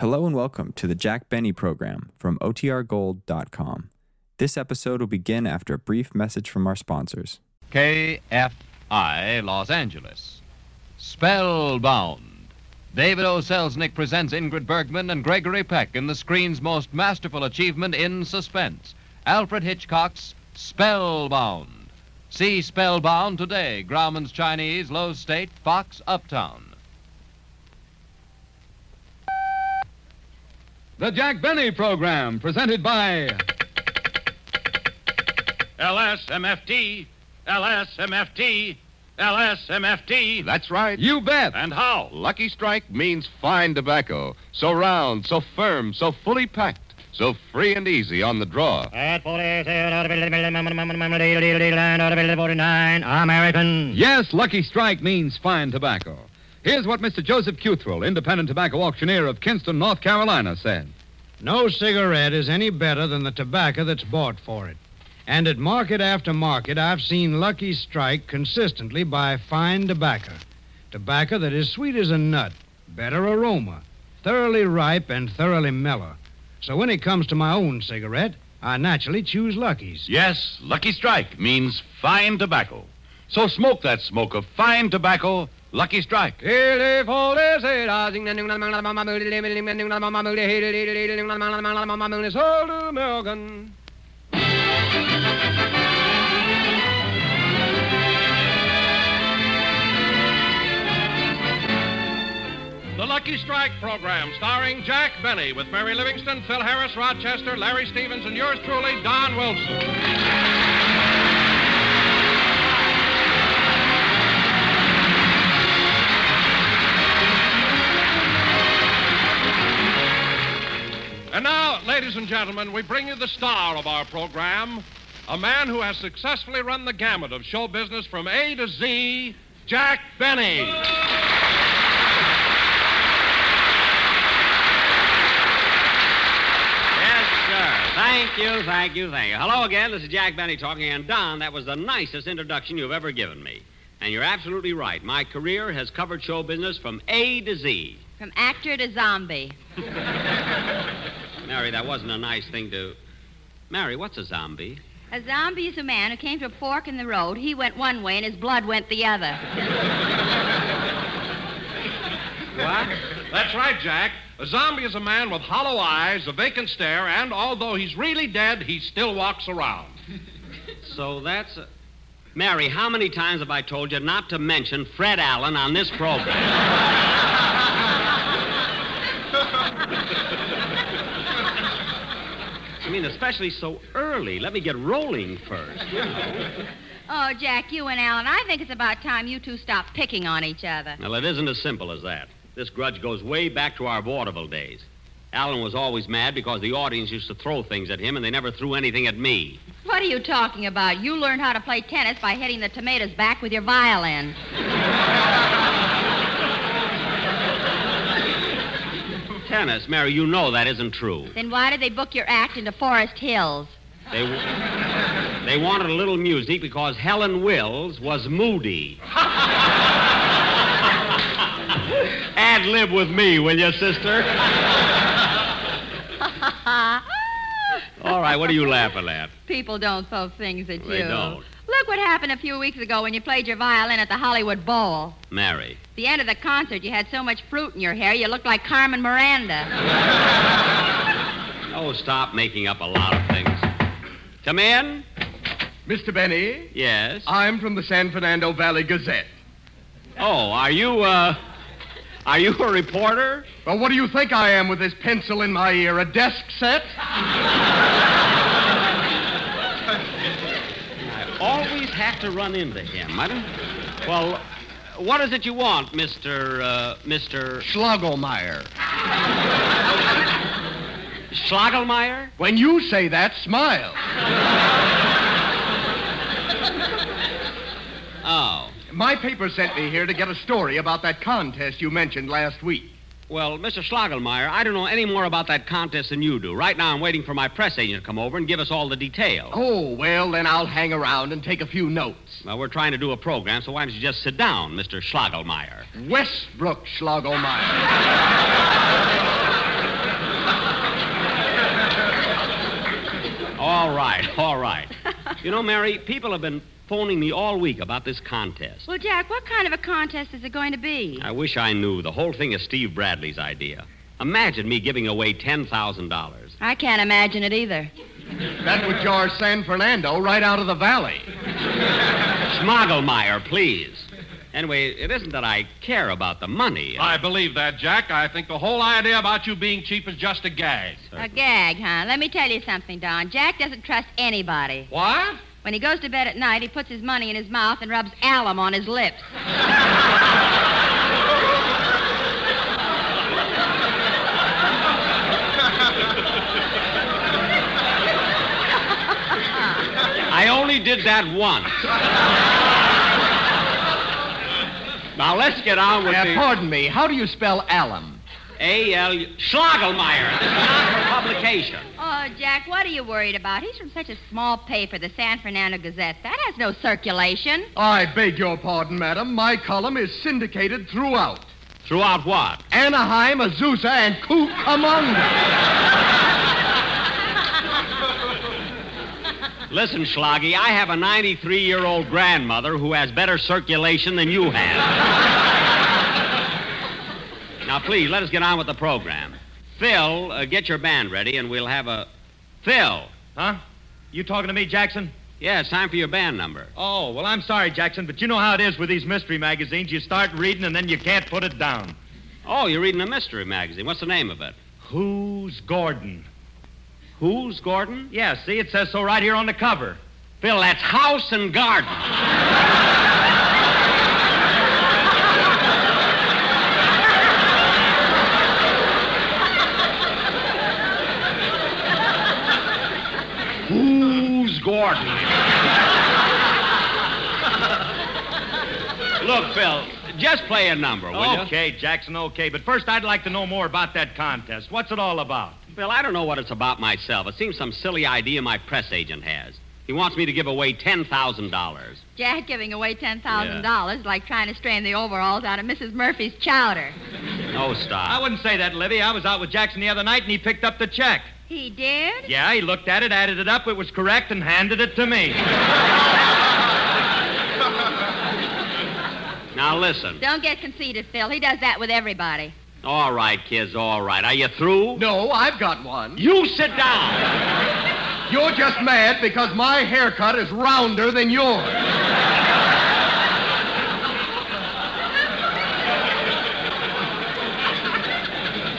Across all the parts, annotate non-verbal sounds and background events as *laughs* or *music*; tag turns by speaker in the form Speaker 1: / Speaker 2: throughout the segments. Speaker 1: Hello and welcome to the Jack Benny program from OTRGold.com. This episode will begin after a brief message from our sponsors.
Speaker 2: KFI Los Angeles. Spellbound. David O. Selznick presents Ingrid Bergman and Gregory Peck in the screen's most masterful achievement in suspense Alfred Hitchcock's Spellbound. See Spellbound today, Grauman's Chinese, Lowe's State, Fox, Uptown. The Jack Benny Program, presented by.
Speaker 3: LSMFT, LSMFT, LSMFT.
Speaker 4: That's right.
Speaker 3: You bet.
Speaker 4: And
Speaker 3: how?
Speaker 4: Lucky Strike means fine tobacco. So round, so firm, so fully packed, so free and easy on the draw.
Speaker 5: American.
Speaker 2: Yes, Lucky Strike means fine tobacco. Here's what Mr. Joseph Cuthrell, independent tobacco auctioneer of Kinston, North Carolina, said.
Speaker 5: No cigarette is any better than the tobacco that's bought for it. And at market after market, I've seen Lucky Strike consistently buy fine tobacco. Tobacco that is sweet as a nut, better aroma, thoroughly ripe, and thoroughly mellow. So when it comes to my own cigarette, I naturally choose Lucky's.
Speaker 4: Yes, Lucky Strike means fine tobacco. So smoke that smoke of fine tobacco, Lucky Strike.
Speaker 3: The Lucky Strike program, starring Jack Benny with Mary Livingston, Phil Harris, Rochester, Larry Stevens, and yours truly, Don Wilson. And now, ladies and gentlemen, we bring you the star of our program, a man who has successfully run the gamut of show business from A to Z, Jack Benny.
Speaker 6: Yes, sir. Thank you, thank you, thank you. Hello again. This is Jack Benny talking. And, Don, that was the nicest introduction you've ever given me. And you're absolutely right. My career has covered show business from A to Z.
Speaker 7: From actor to zombie.
Speaker 6: Mary, that wasn't a nice thing to. Mary, what's a zombie?
Speaker 7: A zombie is a man who came to a fork in the road. He went one way and his blood went the other. *laughs*
Speaker 6: What?
Speaker 3: That's right, Jack. A zombie is a man with hollow eyes, a vacant stare, and although he's really dead, he still walks around.
Speaker 6: So that's. A... Mary, how many times have I told you not to mention Fred Allen on this program? I mean, especially so early. Let me get rolling first.
Speaker 7: Oh, Jack, you and Alan, I think it's about time you two stopped picking on each other.
Speaker 6: Well, it isn't as simple as that. This grudge goes way back to our vaudeville days. Alan was always mad because the audience used to throw things at him, and they never threw anything at me.
Speaker 7: What are you talking about? You learned how to play tennis by hitting the tomatoes back with your violin.
Speaker 6: Tennis, Mary, you know that isn't true.
Speaker 7: Then why did they book your act into Forest Hills? *laughs*
Speaker 6: They, w- they wanted a little music because Helen Wills was moody. Ad lib with me, will you, sister? All right, what are you laughing at?
Speaker 7: People don't throw things at you.
Speaker 6: They don't.
Speaker 7: Look what happened a few weeks ago when you played your violin at the Hollywood Bowl.
Speaker 6: Mary.
Speaker 7: At the end of the concert, you had so much fruit in your hair, you looked like Carmen Miranda.
Speaker 6: Oh, stop making up a lot of things. Come in.
Speaker 4: Mr. Benny,
Speaker 6: Yes.
Speaker 4: I'm from the San Fernando Valley Gazette.
Speaker 6: Oh, are you, uh, are you a reporter?
Speaker 4: Well, what do you think I am with this pencil in my ear? A desk set?
Speaker 6: I always have to run into him. I don't. Well, what is it you want, Mr. Uh, Mr.
Speaker 4: Schlogelmeyer.
Speaker 6: Schlagelmeyer?
Speaker 4: When you say that, smile.
Speaker 6: Oh.
Speaker 4: My paper sent me here to get a story about that contest you mentioned last week.
Speaker 6: Well, Mr. Schlagelmeyer, I don't know any more about that contest than you do. Right now, I'm waiting for my press agent to come over and give us all the details.
Speaker 4: Oh, well, then I'll hang around and take a few notes.
Speaker 6: Well, we're trying to do a program, so why don't you just sit down, Mr. Schlagelmeyer?
Speaker 4: Westbrook Schlagelmeyer.
Speaker 6: *laughs* All right. *laughs* You know, Mary, people have been phoning me all week about this contest.
Speaker 7: Well, Jack, what kind of a contest is it going to be?
Speaker 6: I wish I knew. The whole thing is Steve Bradley's idea. Imagine me giving away $10,000.
Speaker 7: I can't imagine it either.
Speaker 4: That would jar San Fernando right out of the valley.
Speaker 6: Smogglemeyer, please. Anyway, it isn't that I care about the money.
Speaker 3: I believe that, Jack. I think the whole idea about you being cheap is just a gag.
Speaker 7: A gag, huh? Let me tell you something, Don. Jack doesn't trust anybody.
Speaker 3: What?
Speaker 7: When he goes to bed at night, he puts his money in his mouth and rubs alum on his lips.
Speaker 6: I only did that once. now let's get on with the
Speaker 8: pardon me. How do you spell alum?
Speaker 6: A L Schlagelmeyer. This is not for publication.
Speaker 7: Oh, Jack, what are you worried about? He's from such a small paper, the San Fernando Gazette. That has no circulation.
Speaker 8: I beg your pardon, madam. My column is syndicated throughout.
Speaker 6: Throughout what?
Speaker 8: Anaheim, Azusa, and Cucamonga.
Speaker 6: Listen, Schlaggy, I have a 93 year old grandmother who has better circulation than you have. now, please, let us get on with the program. Phil, uh, get your band ready and we'll have a. Phil!
Speaker 9: Huh? You talking to me, Jackson?
Speaker 6: Yeah, it's time for your band number.
Speaker 9: Oh, well, I'm sorry, Jackson, but you know how it is with these mystery magazines. You start reading and then you can't put it down.
Speaker 6: Oh, you're reading a mystery magazine. What's the name of it?
Speaker 9: Who's Gordon?
Speaker 6: Who's Gordon?
Speaker 9: Yeah, see, it says so right here on the cover.
Speaker 6: Phil, that's House and Garden. Who's Gordon? Look, Phil, just play a number, will you?
Speaker 9: okay, Jackson, okay, but first I'd like to know more about that contest. What's it all about?
Speaker 6: Bill, I don't know what it's about myself. It seems some silly idea my press agent has. He wants me to give away $10,000.
Speaker 7: Jack giving away $10,000 is like trying to strain the overalls out of Mrs. Murphy's chowder.
Speaker 6: No,
Speaker 9: I
Speaker 6: stop.
Speaker 9: wouldn't say that, Livy. I was out with Jackson the other night and he picked up the check.
Speaker 7: He
Speaker 9: *laughs*
Speaker 7: did?
Speaker 9: Yeah, he looked at it, added it up, it was correct, and handed it to me.
Speaker 6: Now, listen.
Speaker 7: Don't get conceited, Phil. He does that with everybody.
Speaker 6: All right, kids, all right. Are you through?
Speaker 8: No, I've got one.
Speaker 6: You sit down.
Speaker 8: You're just mad because my haircut is rounder than yours.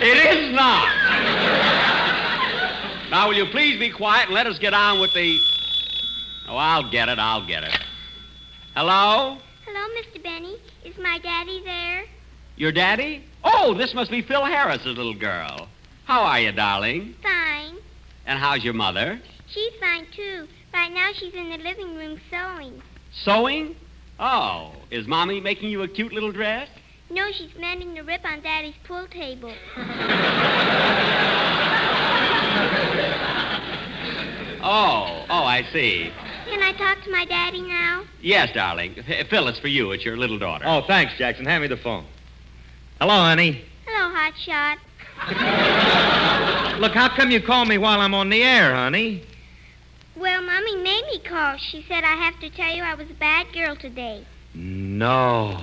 Speaker 6: It is not. Now, will you please be quiet and let us get on with the. Oh, I'll get it, I'll get it. Hello?
Speaker 10: Hello, Mr. Benny. Is my daddy there?
Speaker 6: Your daddy? Oh, this must be Phil Harris's little girl. How are you, darling?
Speaker 10: Fine.
Speaker 6: And how's your mother?
Speaker 10: She's fine, too. Right now, she's in the living room sewing.
Speaker 6: Sewing? Oh, is Mommy making you a cute little dress?
Speaker 10: No, she's mending the rip on Daddy's pool table.
Speaker 6: Oh, oh, I see.
Speaker 10: Can I talk to my daddy now?
Speaker 6: Yes, darling. F- Phil, it's for you. It's your little daughter.
Speaker 9: oh, thanks, Jackson. Hand me the phone. Hello, honey.
Speaker 10: Hello, Hotshot.
Speaker 9: Look, how come you call me while I'm on the air, honey?
Speaker 10: Well, Mommy made me call. She said I have to tell you I was a bad girl today.
Speaker 9: No.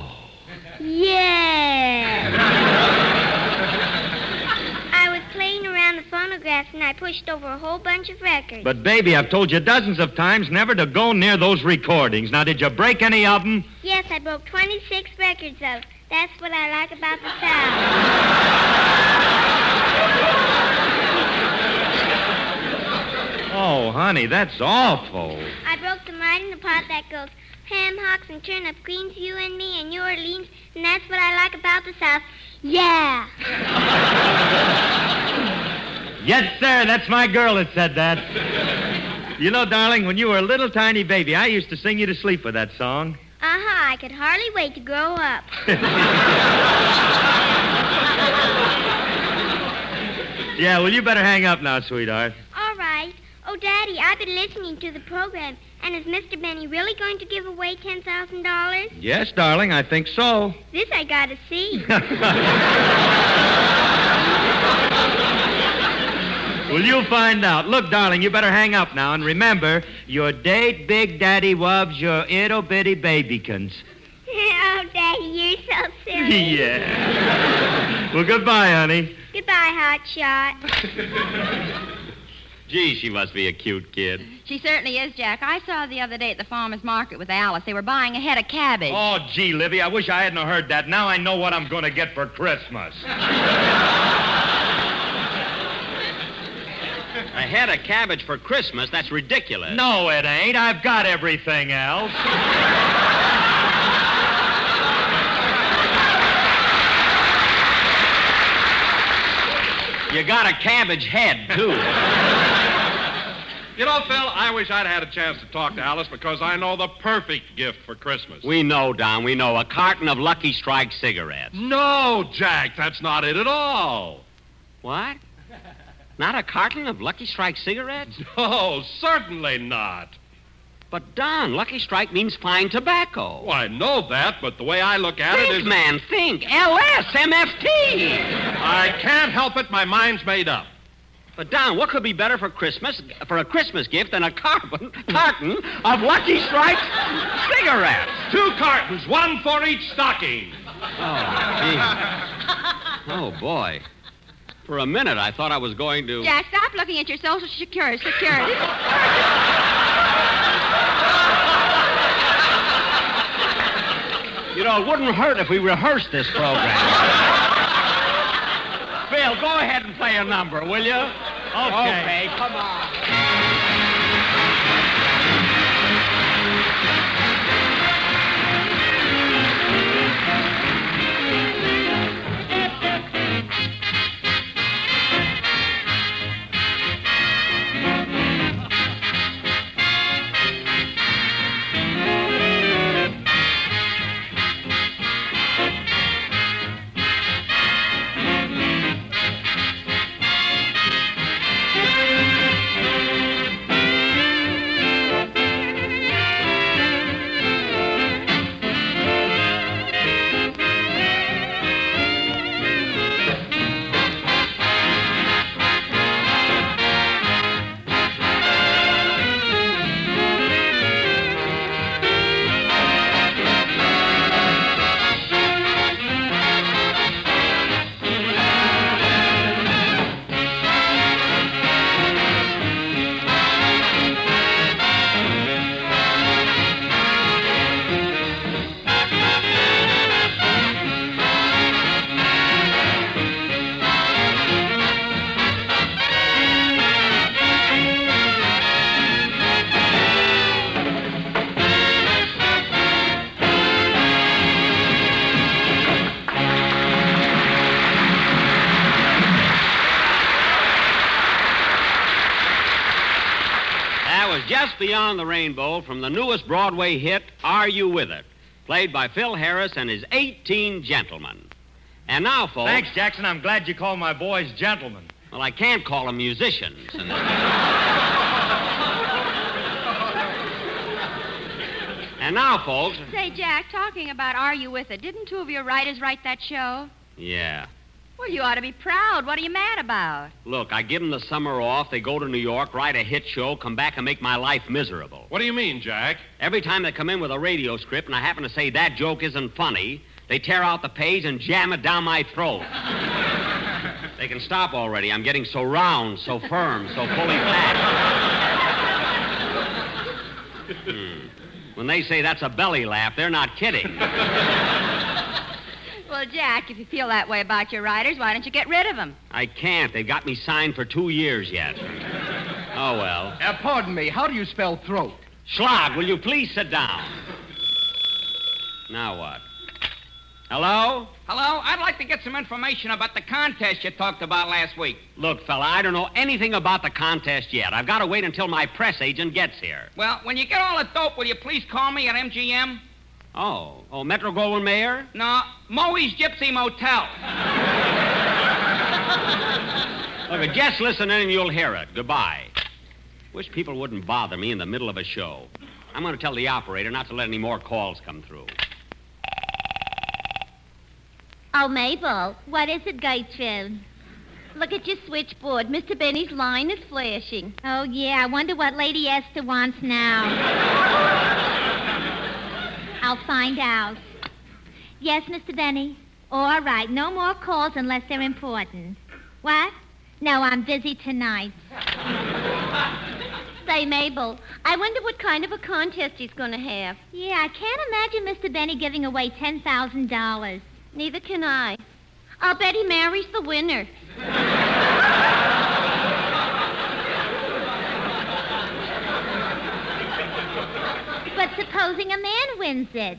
Speaker 10: Yeah. I was playing around the phonograph and I pushed over a whole bunch of records.
Speaker 9: But, baby, I've told you dozens of times never to go near those recordings. Now, did you break any of them?
Speaker 10: Yes, I broke 26 records of. That's what I like about the South.
Speaker 9: Oh, honey, that's awful.
Speaker 10: I broke them right in the part that goes ham hocks and turnip greens, you and me and New Orleans, and that's what I like about the South. Yeah.
Speaker 9: Yes, sir, that's my girl that said that. You know, darling, when you were a little tiny baby, I used to sing you to sleep with that song.
Speaker 10: Uh-huh, I could hardly wait to grow up.
Speaker 9: Yeah, well, you better hang up now, sweetheart.
Speaker 10: All right. Oh, Daddy, I've been listening to the program, and is Mr. Benny really going to give away $10,000?
Speaker 9: Yes, darling, I think so.
Speaker 10: This I gotta see.
Speaker 9: Well, you'll find out. Look, darling, you better hang up now. And remember, your date, Big Daddy, wubs your ittle bitty *laughs* babykins.
Speaker 10: *laughs* oh, Daddy, you're so silly.
Speaker 9: *laughs* yeah. Well, goodbye, honey.
Speaker 10: Goodbye, Hot Shot.
Speaker 6: Gee, she must be a cute kid.
Speaker 7: She certainly is, Jack. I saw her the other day at the farmer's market with Alice. They were buying a head of cabbage.
Speaker 9: Oh, gee, Livy, I wish I hadn't heard that. Now I know what I'm going to get for Christmas.
Speaker 6: A head of cabbage for Christmas? That's ridiculous.
Speaker 9: No, it ain't. I've got everything else.
Speaker 6: You got a cabbage head,
Speaker 9: *laughs*
Speaker 6: too.
Speaker 3: You know, Phil, I wish I'd had a chance to talk to Alice because I know the perfect gift for Christmas.
Speaker 6: we know, Don, we know. A carton of Lucky Strike cigarettes.
Speaker 3: No, Jack, that's not it at all.
Speaker 6: What? *laughs* Not a carton of Lucky Strike cigarettes?
Speaker 3: *laughs* No, certainly not.
Speaker 6: But, Don, Lucky Strike means fine tobacco.
Speaker 3: Well, Oh, I know that, but the way I look at
Speaker 6: think,
Speaker 3: it is.
Speaker 6: man, think. LS, MFT.
Speaker 3: I can't help it. My mind's made up.
Speaker 6: But, Don, what could be better for Christmas, for a Christmas gift than a carbon, *laughs* carton of Lucky Strike cigarettes?
Speaker 3: Two cartons, one for each stocking.
Speaker 6: Oh, boy. For a minute, I thought I was going to.
Speaker 7: Jack, stop looking at your social security. security.
Speaker 6: You know, it wouldn't hurt if we rehearsed this program. Phil, go ahead and play a number, will you? Okay. come on. That was Just Beyond the Rainbow from the newest Broadway hit, Are You With It? Played by Phil Harris and his 18 gentlemen. And now, folks.
Speaker 9: Thanks, Jackson. I'm glad you call my boys gentlemen.
Speaker 6: Well, I can't call them musicians. And... and now, folks.
Speaker 7: Say, Jack, talking about Are You With It, didn't two of your writers write that show?
Speaker 6: Yeah.
Speaker 7: Well, you ought to be proud. What are you mad about?
Speaker 6: Look, I give them the summer off. They go to New York, write a hit show, come back and make my life miserable.
Speaker 3: What do you mean, Jack?
Speaker 6: Every time they come in with a radio script and I happen to say that joke isn't funny, they tear out the page and jam it down my
Speaker 3: *laughs*
Speaker 6: throat. they can stop already. I'm getting so round, so firm, so fully packed. Hmm. When they say that's a belly laugh, they're not kidding.
Speaker 7: Well, Jack, if you feel that way about your writers, why don't you get rid of them?
Speaker 6: I can't. They've got me signed for two years yet. Oh, well.
Speaker 8: Uh, pardon me, how do you spell throat?
Speaker 6: Schlag, will you please sit down? Now what? Hello?
Speaker 11: Hello, I'd like to get some information about the contest you talked about last week.
Speaker 6: Look, fella, I don't know anything about the contest yet. I've got to wait until my press agent gets here.
Speaker 11: Well, when you get all the dope, will you please call me at MGM?
Speaker 6: Oh, oh, Metro Goldwyn Mayer?
Speaker 11: No, Moe's Gypsy Motel.
Speaker 6: Look, just listen in and you'll hear it. Goodbye. Wish people wouldn't bother me in the middle of a show. I'm going to tell the operator not to let any more calls come through.
Speaker 10: Oh, Mabel, what is it, Gertrude?
Speaker 12: Look at your switchboard. Mr. Benny's line is flashing.
Speaker 10: Oh, yeah. I wonder what Lady Esther wants now. I'll find out. Yes, Mr. Benny? All right. No more calls unless they're important. What? No, I'm busy tonight.
Speaker 12: Say, Mabel, I wonder what kind of a contest he's going to have.
Speaker 10: Yeah, I can't imagine Mr. Benny giving away $10,000.
Speaker 12: Neither can I. I'll bet he marries the winner.
Speaker 10: But supposing a man wins it?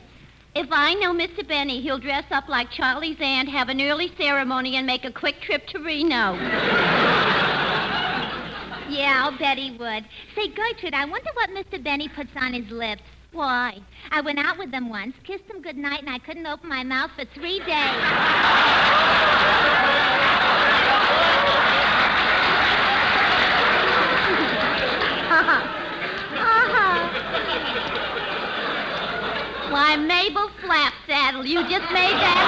Speaker 12: If I know Mr. Benny, he'll dress up like Charlie's aunt, have an early ceremony, and make a quick trip to Reno.
Speaker 10: Yeah, I'll bet he would. Say, Gertrude, I wonder what Mr. Benny puts on his lips. Why? I went out with him once, kissed him goodnight, and I couldn't open my mouth for three days.
Speaker 12: Why, Mabel Flapsaddle, you just made that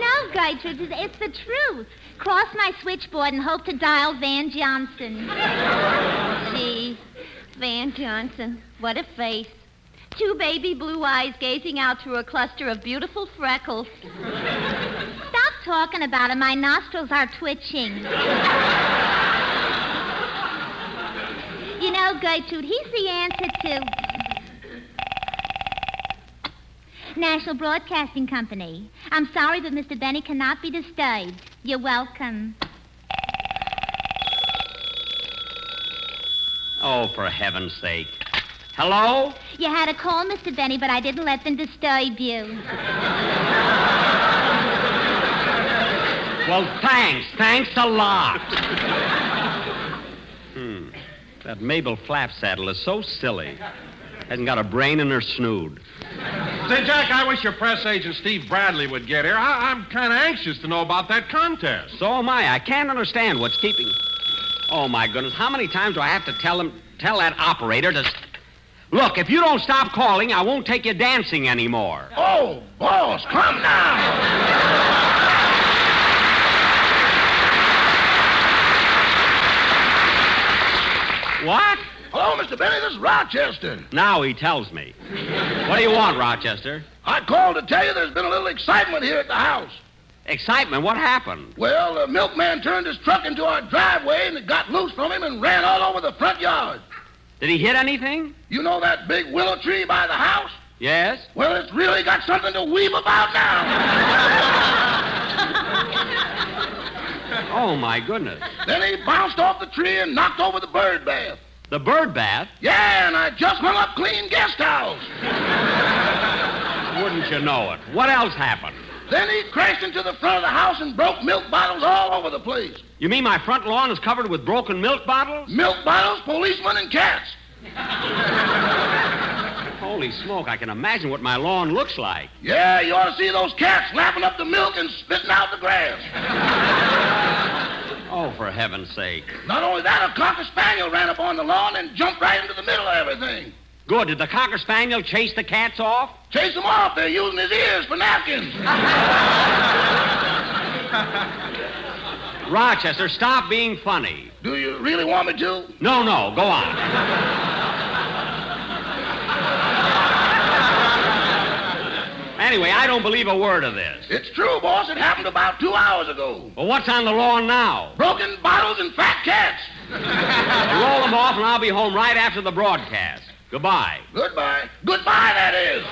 Speaker 10: No, Gertrude, it- it's the truth. Cross my switchboard and hope to dial Van Johnson.
Speaker 12: up. Gee, Van Johnson, what a face. Two baby blue eyes gazing out through a cluster of beautiful freckles.
Speaker 10: Stop talking about it. My nostrils are twitching. you know, Gertrude, he's the answer to. National Broadcasting Company. I'm sorry, but Mr. Benny cannot be disturbed. You're welcome.
Speaker 6: Oh, for heaven's sake. Hello?
Speaker 10: You had a call, Mr. Benny, but I didn't let them disturb you.
Speaker 6: Well, thanks. Thanks a lot. *laughs* hmm. That Mabel Flapsaddle is so silly. Hasn't got a brain in her snood.
Speaker 3: Say, Jack, I wish your press agent Steve Bradley would get here. I, I'm kind of anxious to know about that contest.
Speaker 6: So am I. I can't understand what's keeping. Oh, my goodness. How many times do I have to tell him, tell that operator to. s- Look, if you don't stop calling, I won't take you dancing anymore.
Speaker 13: Oh, boss, come now.
Speaker 6: What?
Speaker 13: Hello, Mr. Benny. This is Rochester.
Speaker 6: Now he tells me. What do you want, Rochester?
Speaker 13: I called to tell you there's been a little excitement here at the house.
Speaker 6: Excitement? What happened?
Speaker 13: Well, the milkman turned his truck into our driveway and it got loose from him and ran all over the front yard.
Speaker 6: Did he hit anything?
Speaker 13: You know that big willow tree by the house?
Speaker 6: Yes?
Speaker 13: Well, it's really got something to weep about now.
Speaker 6: Oh, my goodness.
Speaker 13: *laughs* then he bounced off the tree and knocked over the bird bath.
Speaker 6: The bird bath?
Speaker 13: Yeah, and I just hung up clean guest house.
Speaker 6: Wouldn't you know it? What else happened?
Speaker 13: Then he crashed into the front of the house and broke milk bottles all over the place.
Speaker 6: You mean my front lawn is covered with broken milk bottles?
Speaker 13: Milk bottles, policemen, and cats.
Speaker 6: Holy smoke, I can imagine what my lawn looks like.
Speaker 13: Yeah, you ought to see those cats lapping up the milk and spitting out the grass.
Speaker 6: Oh, for heaven's sake.
Speaker 13: Not only that, a cocker spaniel ran up on the lawn and jumped right into the middle of everything.
Speaker 6: Good. Did the Cocker Spaniel chase the cats off?
Speaker 13: Chase him off. They're using his ears for napkins.
Speaker 6: Rochester, stop being funny.
Speaker 13: Do you really want me to?
Speaker 6: No, no, go on. Anyway, I don't believe a word of this.
Speaker 13: It's true, boss. It happened about two hours ago.
Speaker 6: Well, what's on the lawn now?
Speaker 13: Broken bottles and fat cats.
Speaker 6: Roll them off, and I'll be home right after the broadcast. Goodbye.
Speaker 13: Goodbye. Goodbye, that is.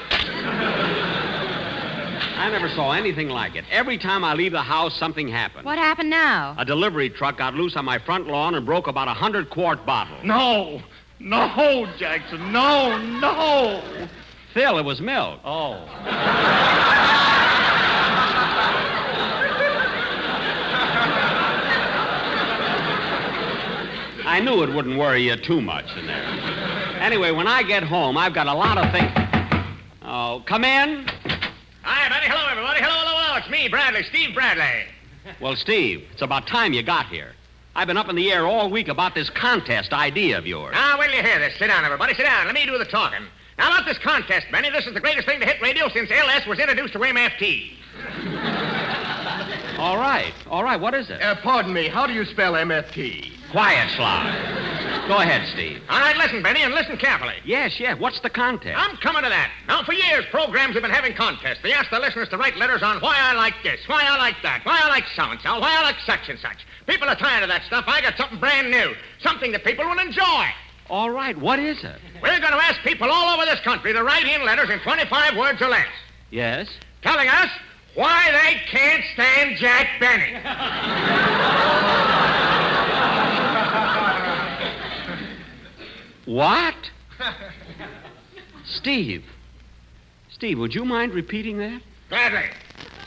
Speaker 6: I never saw anything like it. Every time I leave the house, something happened.
Speaker 7: What happened now?
Speaker 6: A delivery truck got loose on my front lawn and broke about a hundred quart bottles.
Speaker 14: No, no, Jackson, no, no.
Speaker 6: Phil, it was milk. Oh. I knew it wouldn't worry you too much in there. Anyway, when I get home, I've got a lot of things. Oh, come in.
Speaker 15: Hi, buddy. Hello, everybody. Hello, hello, hello. It's me, Bradley, Steve Bradley.
Speaker 6: Well, Steve, it's about time you got here. I've been up in the air all week about this contest idea of yours.
Speaker 15: Now, wait till Ah, you hear this. Sit down, everybody. Sit down. Let me do the talking. Now, about this contest, Benny, this is the greatest thing to hit radio since LS was introduced to MFT.
Speaker 6: All right. All right. What is it?
Speaker 13: Uh, pardon me. How do you spell MFT?
Speaker 6: Quiet, Sly. Go ahead, Steve.
Speaker 15: All right, listen, Benny, and listen carefully.
Speaker 6: Yes, yes. What's the contest?
Speaker 15: I'm coming to that. Now, for years, programs have been having contests. They ask the listeners to write letters on why I like this, why I like that, why I like so and so, why I like such and such. People are tired of that stuff. I got something brand new, something that people will enjoy.
Speaker 6: All right. What is it?
Speaker 15: We're going to ask people all over this country to write in letters in 25 words or less,
Speaker 6: Yes.
Speaker 15: telling us why they can't stand Jack Benny.
Speaker 6: What? Steve. Steve, would you mind repeating that?
Speaker 15: Gladly.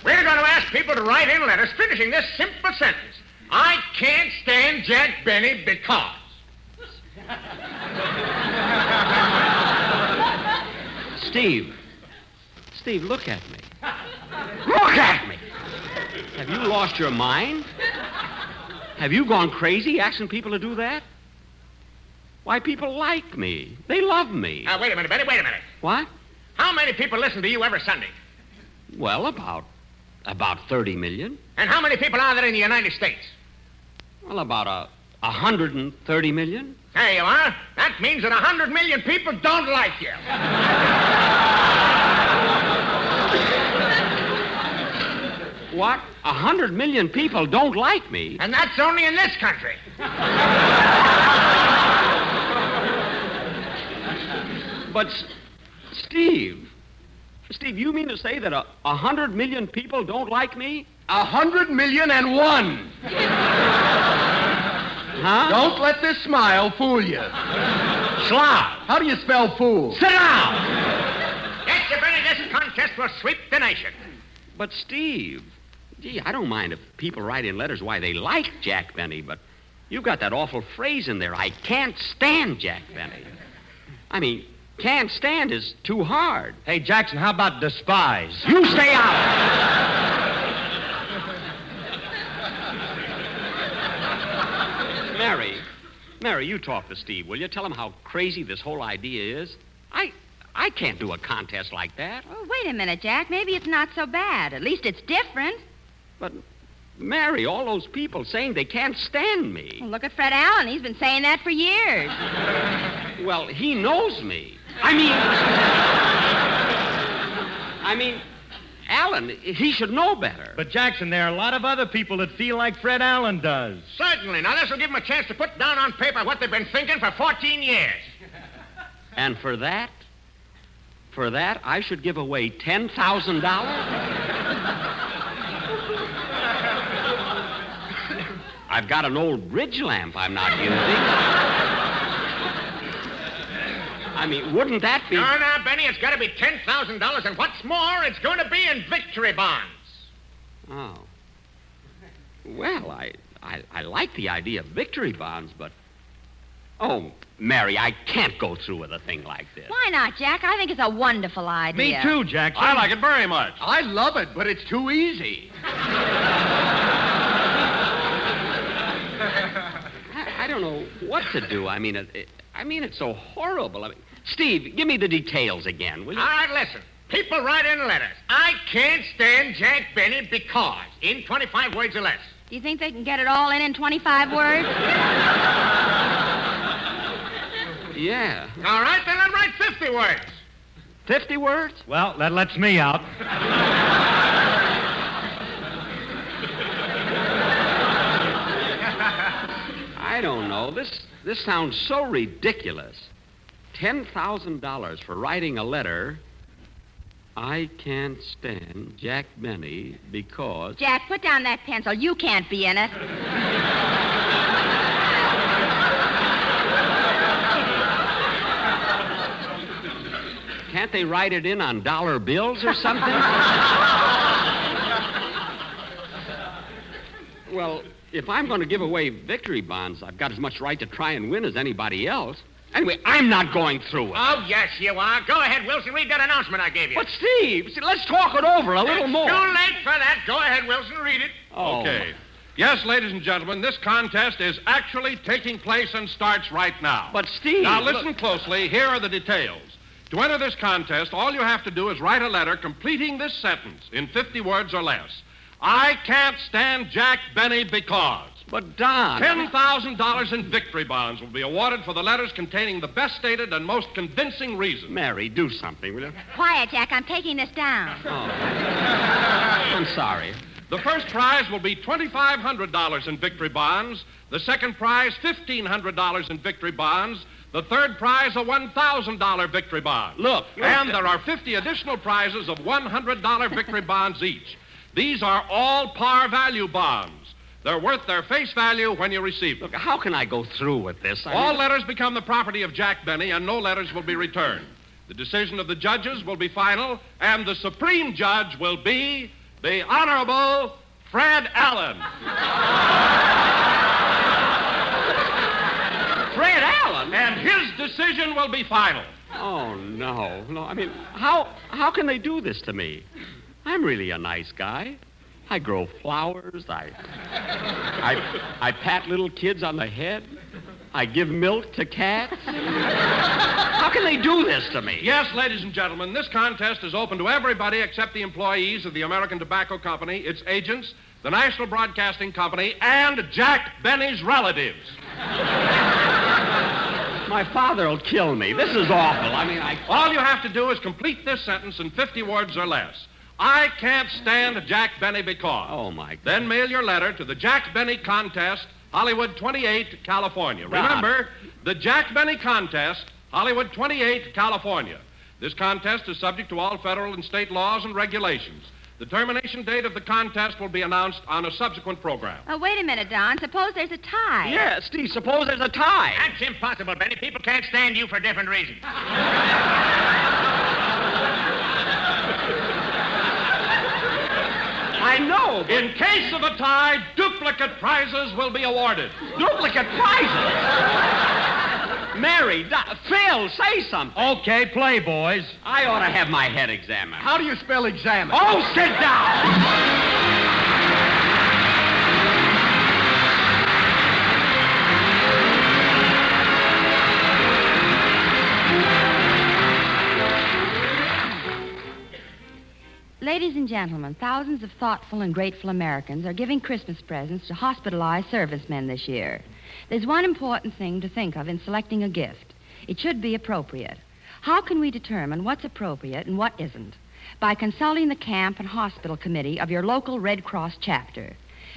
Speaker 15: We're going to ask people to write in letters finishing this simple sentence. I can't stand Jack Benny because.
Speaker 6: Steve. Steve, look at me.
Speaker 15: Look at me!
Speaker 6: Have you lost your mind? Have you gone crazy asking people to do that? Why, people like me. They love me.
Speaker 15: Now, Uh, wait a minute, Benny, wait a minute.
Speaker 6: What?
Speaker 15: How many people listen to you every Sunday?
Speaker 6: Well, about about 30 million.
Speaker 15: And how many people are there in the United States?
Speaker 6: Well, about a 130 million.
Speaker 15: There you are. That means that 100 million people don't like you.
Speaker 6: What? A 100 million people don't like me.
Speaker 15: And that's only in this country.
Speaker 6: But, S- Steve, Steve, you mean to say that a, a hundred million people don't like me?
Speaker 13: A hundred million and one.
Speaker 6: Huh?
Speaker 13: Don't let this smile fool you.
Speaker 15: Slob.
Speaker 13: How do you spell fool?
Speaker 15: Sit down! Jack Benny, this contest will sweep the nation.
Speaker 6: But, Steve, gee, I don't mind if people write in letters why they like Jack Benny, but you've got that awful phrase in there. I can't stand Jack Benny. I mean, can't stand is too hard.
Speaker 9: Hey, Jackson, how about despise?
Speaker 6: You stay out. Mary, Mary, you talk to Steve, will you? Tell him how crazy this whole idea is. I, I can't do a contest like that.
Speaker 7: Well, wait a minute, Jack. Maybe it's not so bad. At least it's different.
Speaker 6: But, Mary, all those people saying they can't stand me.
Speaker 7: Well, look at Fred Allen. He's been saying that for years.
Speaker 6: Well, he knows me. I mean, I mean, Alan, *laughs* he should know better.
Speaker 9: But, Jackson, there are a lot of other people that feel like Fred Allen does.
Speaker 15: Certainly. Now, this will give them a chance to put down on paper what they've been thinking for 14 years.
Speaker 6: And for that, for that, I should give away ten thousand dollars. I've got an old bridge lamp I'm not using. I mean, wouldn't that be?
Speaker 15: No, no, Benny, it's got to be $10,000, and what's more, it's going to be in victory bonds.
Speaker 6: Oh. Well, I, I, I like the idea of victory bonds, but. Oh, Mary, I can't go through with a thing like this.
Speaker 7: Why not, Jack? I think it's a wonderful idea.
Speaker 9: Jackson.
Speaker 4: I like it very much.
Speaker 13: I love it, but it's too easy.
Speaker 6: I, I don't know what to do. I mean, it, it- I mean, it's so horrible. I mean, Steve, give me the details again, will you?
Speaker 15: All right, listen. People write in letters. I can't stand Jack Benny because, in 25 words or less.
Speaker 7: Do you think they can get it all in in 25 words?
Speaker 6: Yeah.
Speaker 15: All right, then I'll write 50 words.
Speaker 6: 50 words?
Speaker 9: Well, that lets me out.
Speaker 6: I don't know. This, this sounds so ridiculous. $10,000 for writing a letter. I can't stand Jack Benny because.
Speaker 7: Jack, put down that pencil. You can't be in it.
Speaker 6: Can't they write it in on dollar bills or something?
Speaker 13: *laughs*
Speaker 6: well, if I'm going to give away victory bonds, I've got as much right to try and win as anybody else. Anyway, I'm not going through it.
Speaker 15: Oh, yes, you are. Go ahead, Wilson. Read that announcement I gave you.
Speaker 6: But, Steve, see, let's talk it over a little
Speaker 15: It's
Speaker 6: more.
Speaker 15: Too late for that. Go ahead, Wilson. Read it.
Speaker 6: Oh,
Speaker 3: Okay. Yes, ladies and gentlemen, this contest is actually taking place and starts right now.
Speaker 6: But, Steve.
Speaker 3: Now,
Speaker 6: look-
Speaker 3: listen closely. Here are the details. To enter this contest, all you have to do is write a letter completing this sentence in 50 words or less. I can't stand Jack Benny because. But, Don. $10,000 in victory bonds will be awarded for the letters containing the best stated and most convincing reasons. Mary, do something, will you?
Speaker 7: Quiet, Jack. I'm taking this down.
Speaker 3: Ah, I'm sorry. The first prize will be $2,500 in victory bonds. The second prize, $1,500 in victory bonds. The third prize, a $1,000 victory bond. Look. And there are 50 additional prizes of $100 victory bonds each. These are all par value bonds. They're worth their face value when you receive them. Look, how can I go through with this?
Speaker 15: I
Speaker 3: all
Speaker 15: mean-
Speaker 3: letters become the property of Jack Benny, and no letters will be returned. The decision of the judges will be final, and the supreme judge will be the Honorable Fred Allen. Fred Allen? And his decision will be final.
Speaker 6: Oh, no. No, I mean, how, how can they do this to me? I'm really a nice guy. I grow flowers. I, I, I pat little kids on the head. I give milk to cats. How can they do this to me?
Speaker 3: Yes, ladies and gentlemen, this contest is open to everybody except the employees of the American Tobacco Company, its agents, the National Broadcasting Company, and Jack Benny's relatives.
Speaker 6: My father'll kill me. This is awful. I mean, I.
Speaker 3: All you have to do is complete this sentence in 50 words or less. I can't stand Jack Benny because. Oh, my God. Then mail your letter to the Jack Benny Contest, Hollywood 28, California.
Speaker 15: Ron.
Speaker 3: Remember, the Jack Benny Contest, Hollywood 28, California. This contest is subject to all federal and state laws and regulations. The termination date of the contest will be announced on a subsequent program.
Speaker 7: Oh, wait a minute, Don. Suppose there's a tie.
Speaker 3: Steve, suppose there's a tie.
Speaker 15: That's impossible, Benny. People can't stand you for different reasons.
Speaker 3: I know. In case of a tie, duplicate prizes will be awarded. Duplicate prizes?
Speaker 6: Mary, Di- Phil, say something.
Speaker 9: Okay, play, boys.
Speaker 6: I ought to have my head examined.
Speaker 8: How do you spell examine?
Speaker 6: Oh, sit down!
Speaker 7: Ladies and gentlemen, thousands of thoughtful and grateful Americans are giving Christmas presents to hospitalized servicemen this year. There's one important thing to think of in selecting a gift. It should be appropriate. How can we determine what's appropriate and what isn't? By consulting the camp and hospital committee of your local Red Cross chapter.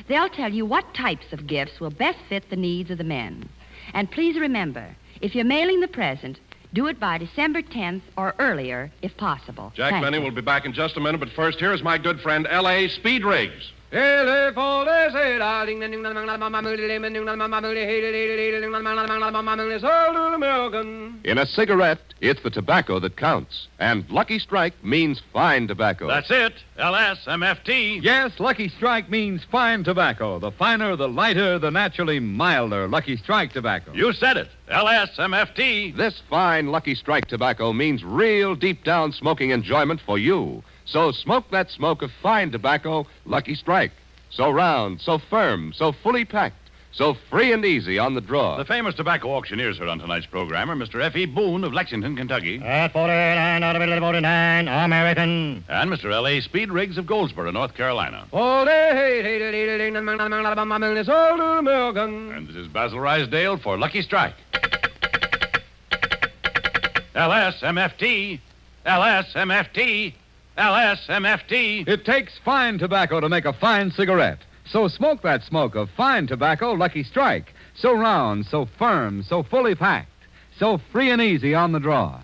Speaker 7: They'll tell you what types of gifts will best fit the needs of the men. And please remember, if you're mailing the present, do it by December 10th or earlier if possible.
Speaker 3: Jack
Speaker 7: Thank
Speaker 3: Benny
Speaker 7: you.
Speaker 3: will be back in just a minute, but first, here is my good friend L.A. Speed Riggs.
Speaker 4: In a cigarette, it's the tobacco that counts. And Lucky Strike means fine tobacco.
Speaker 16: That's it. LSMFT. Yes, Lucky Strike means fine tobacco. The finer, the lighter, the naturally milder Lucky Strike tobacco.
Speaker 4: You said it. LSMFT. This fine Lucky Strike tobacco means real deep down smoking enjoyment for you. So smoke that smoke of fine tobacco, Lucky Strike. So round, so firm, so fully packed, so free and easy on the draw.
Speaker 16: The famous tobacco auctioneers are on tonight's program are Mr. F.E. Boone of Lexington, Kentucky.
Speaker 17: At 49, out of 49, American.
Speaker 16: And Mr. L.A. Speed Riggs of Goldsboro, North Carolina. And this is Basil Risdale for Lucky Strike.
Speaker 14: LSMFT. LSMFT. LSMFT.
Speaker 16: It
Speaker 17: takes fine tobacco to make a fine cigarette. So smoke that smoke of fine tobacco, Lucky Strike. So round, so firm, so fully packed, so free and easy on the draw.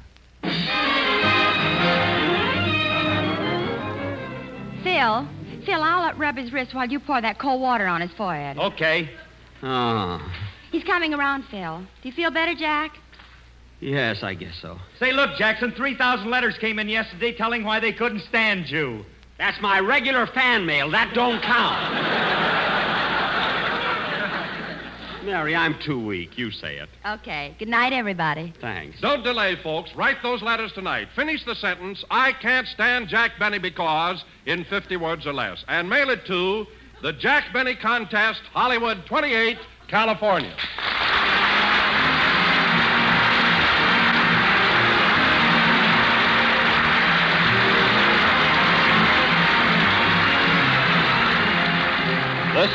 Speaker 7: Phil, Phil, I'll let rub his wrist while you pour that cold water on his forehead.
Speaker 6: Okay. Oh,
Speaker 7: He's coming around, Phil. Do you feel better, Jack?
Speaker 6: yes, I guess so.
Speaker 9: Say, look, Jackson, 3,000 letters came in yesterday telling why they couldn't stand you.
Speaker 6: That's my regular fan mail. That don't count. Mary, I'm too weak. You say it.
Speaker 7: Okay. Good night, everybody.
Speaker 6: Thanks.
Speaker 3: Don't delay, folks. Write those letters tonight. Finish the sentence, I can't stand Jack Benny because, in 50 words or less. And mail it to the Jack Benny Contest, Hollywood 28, California. This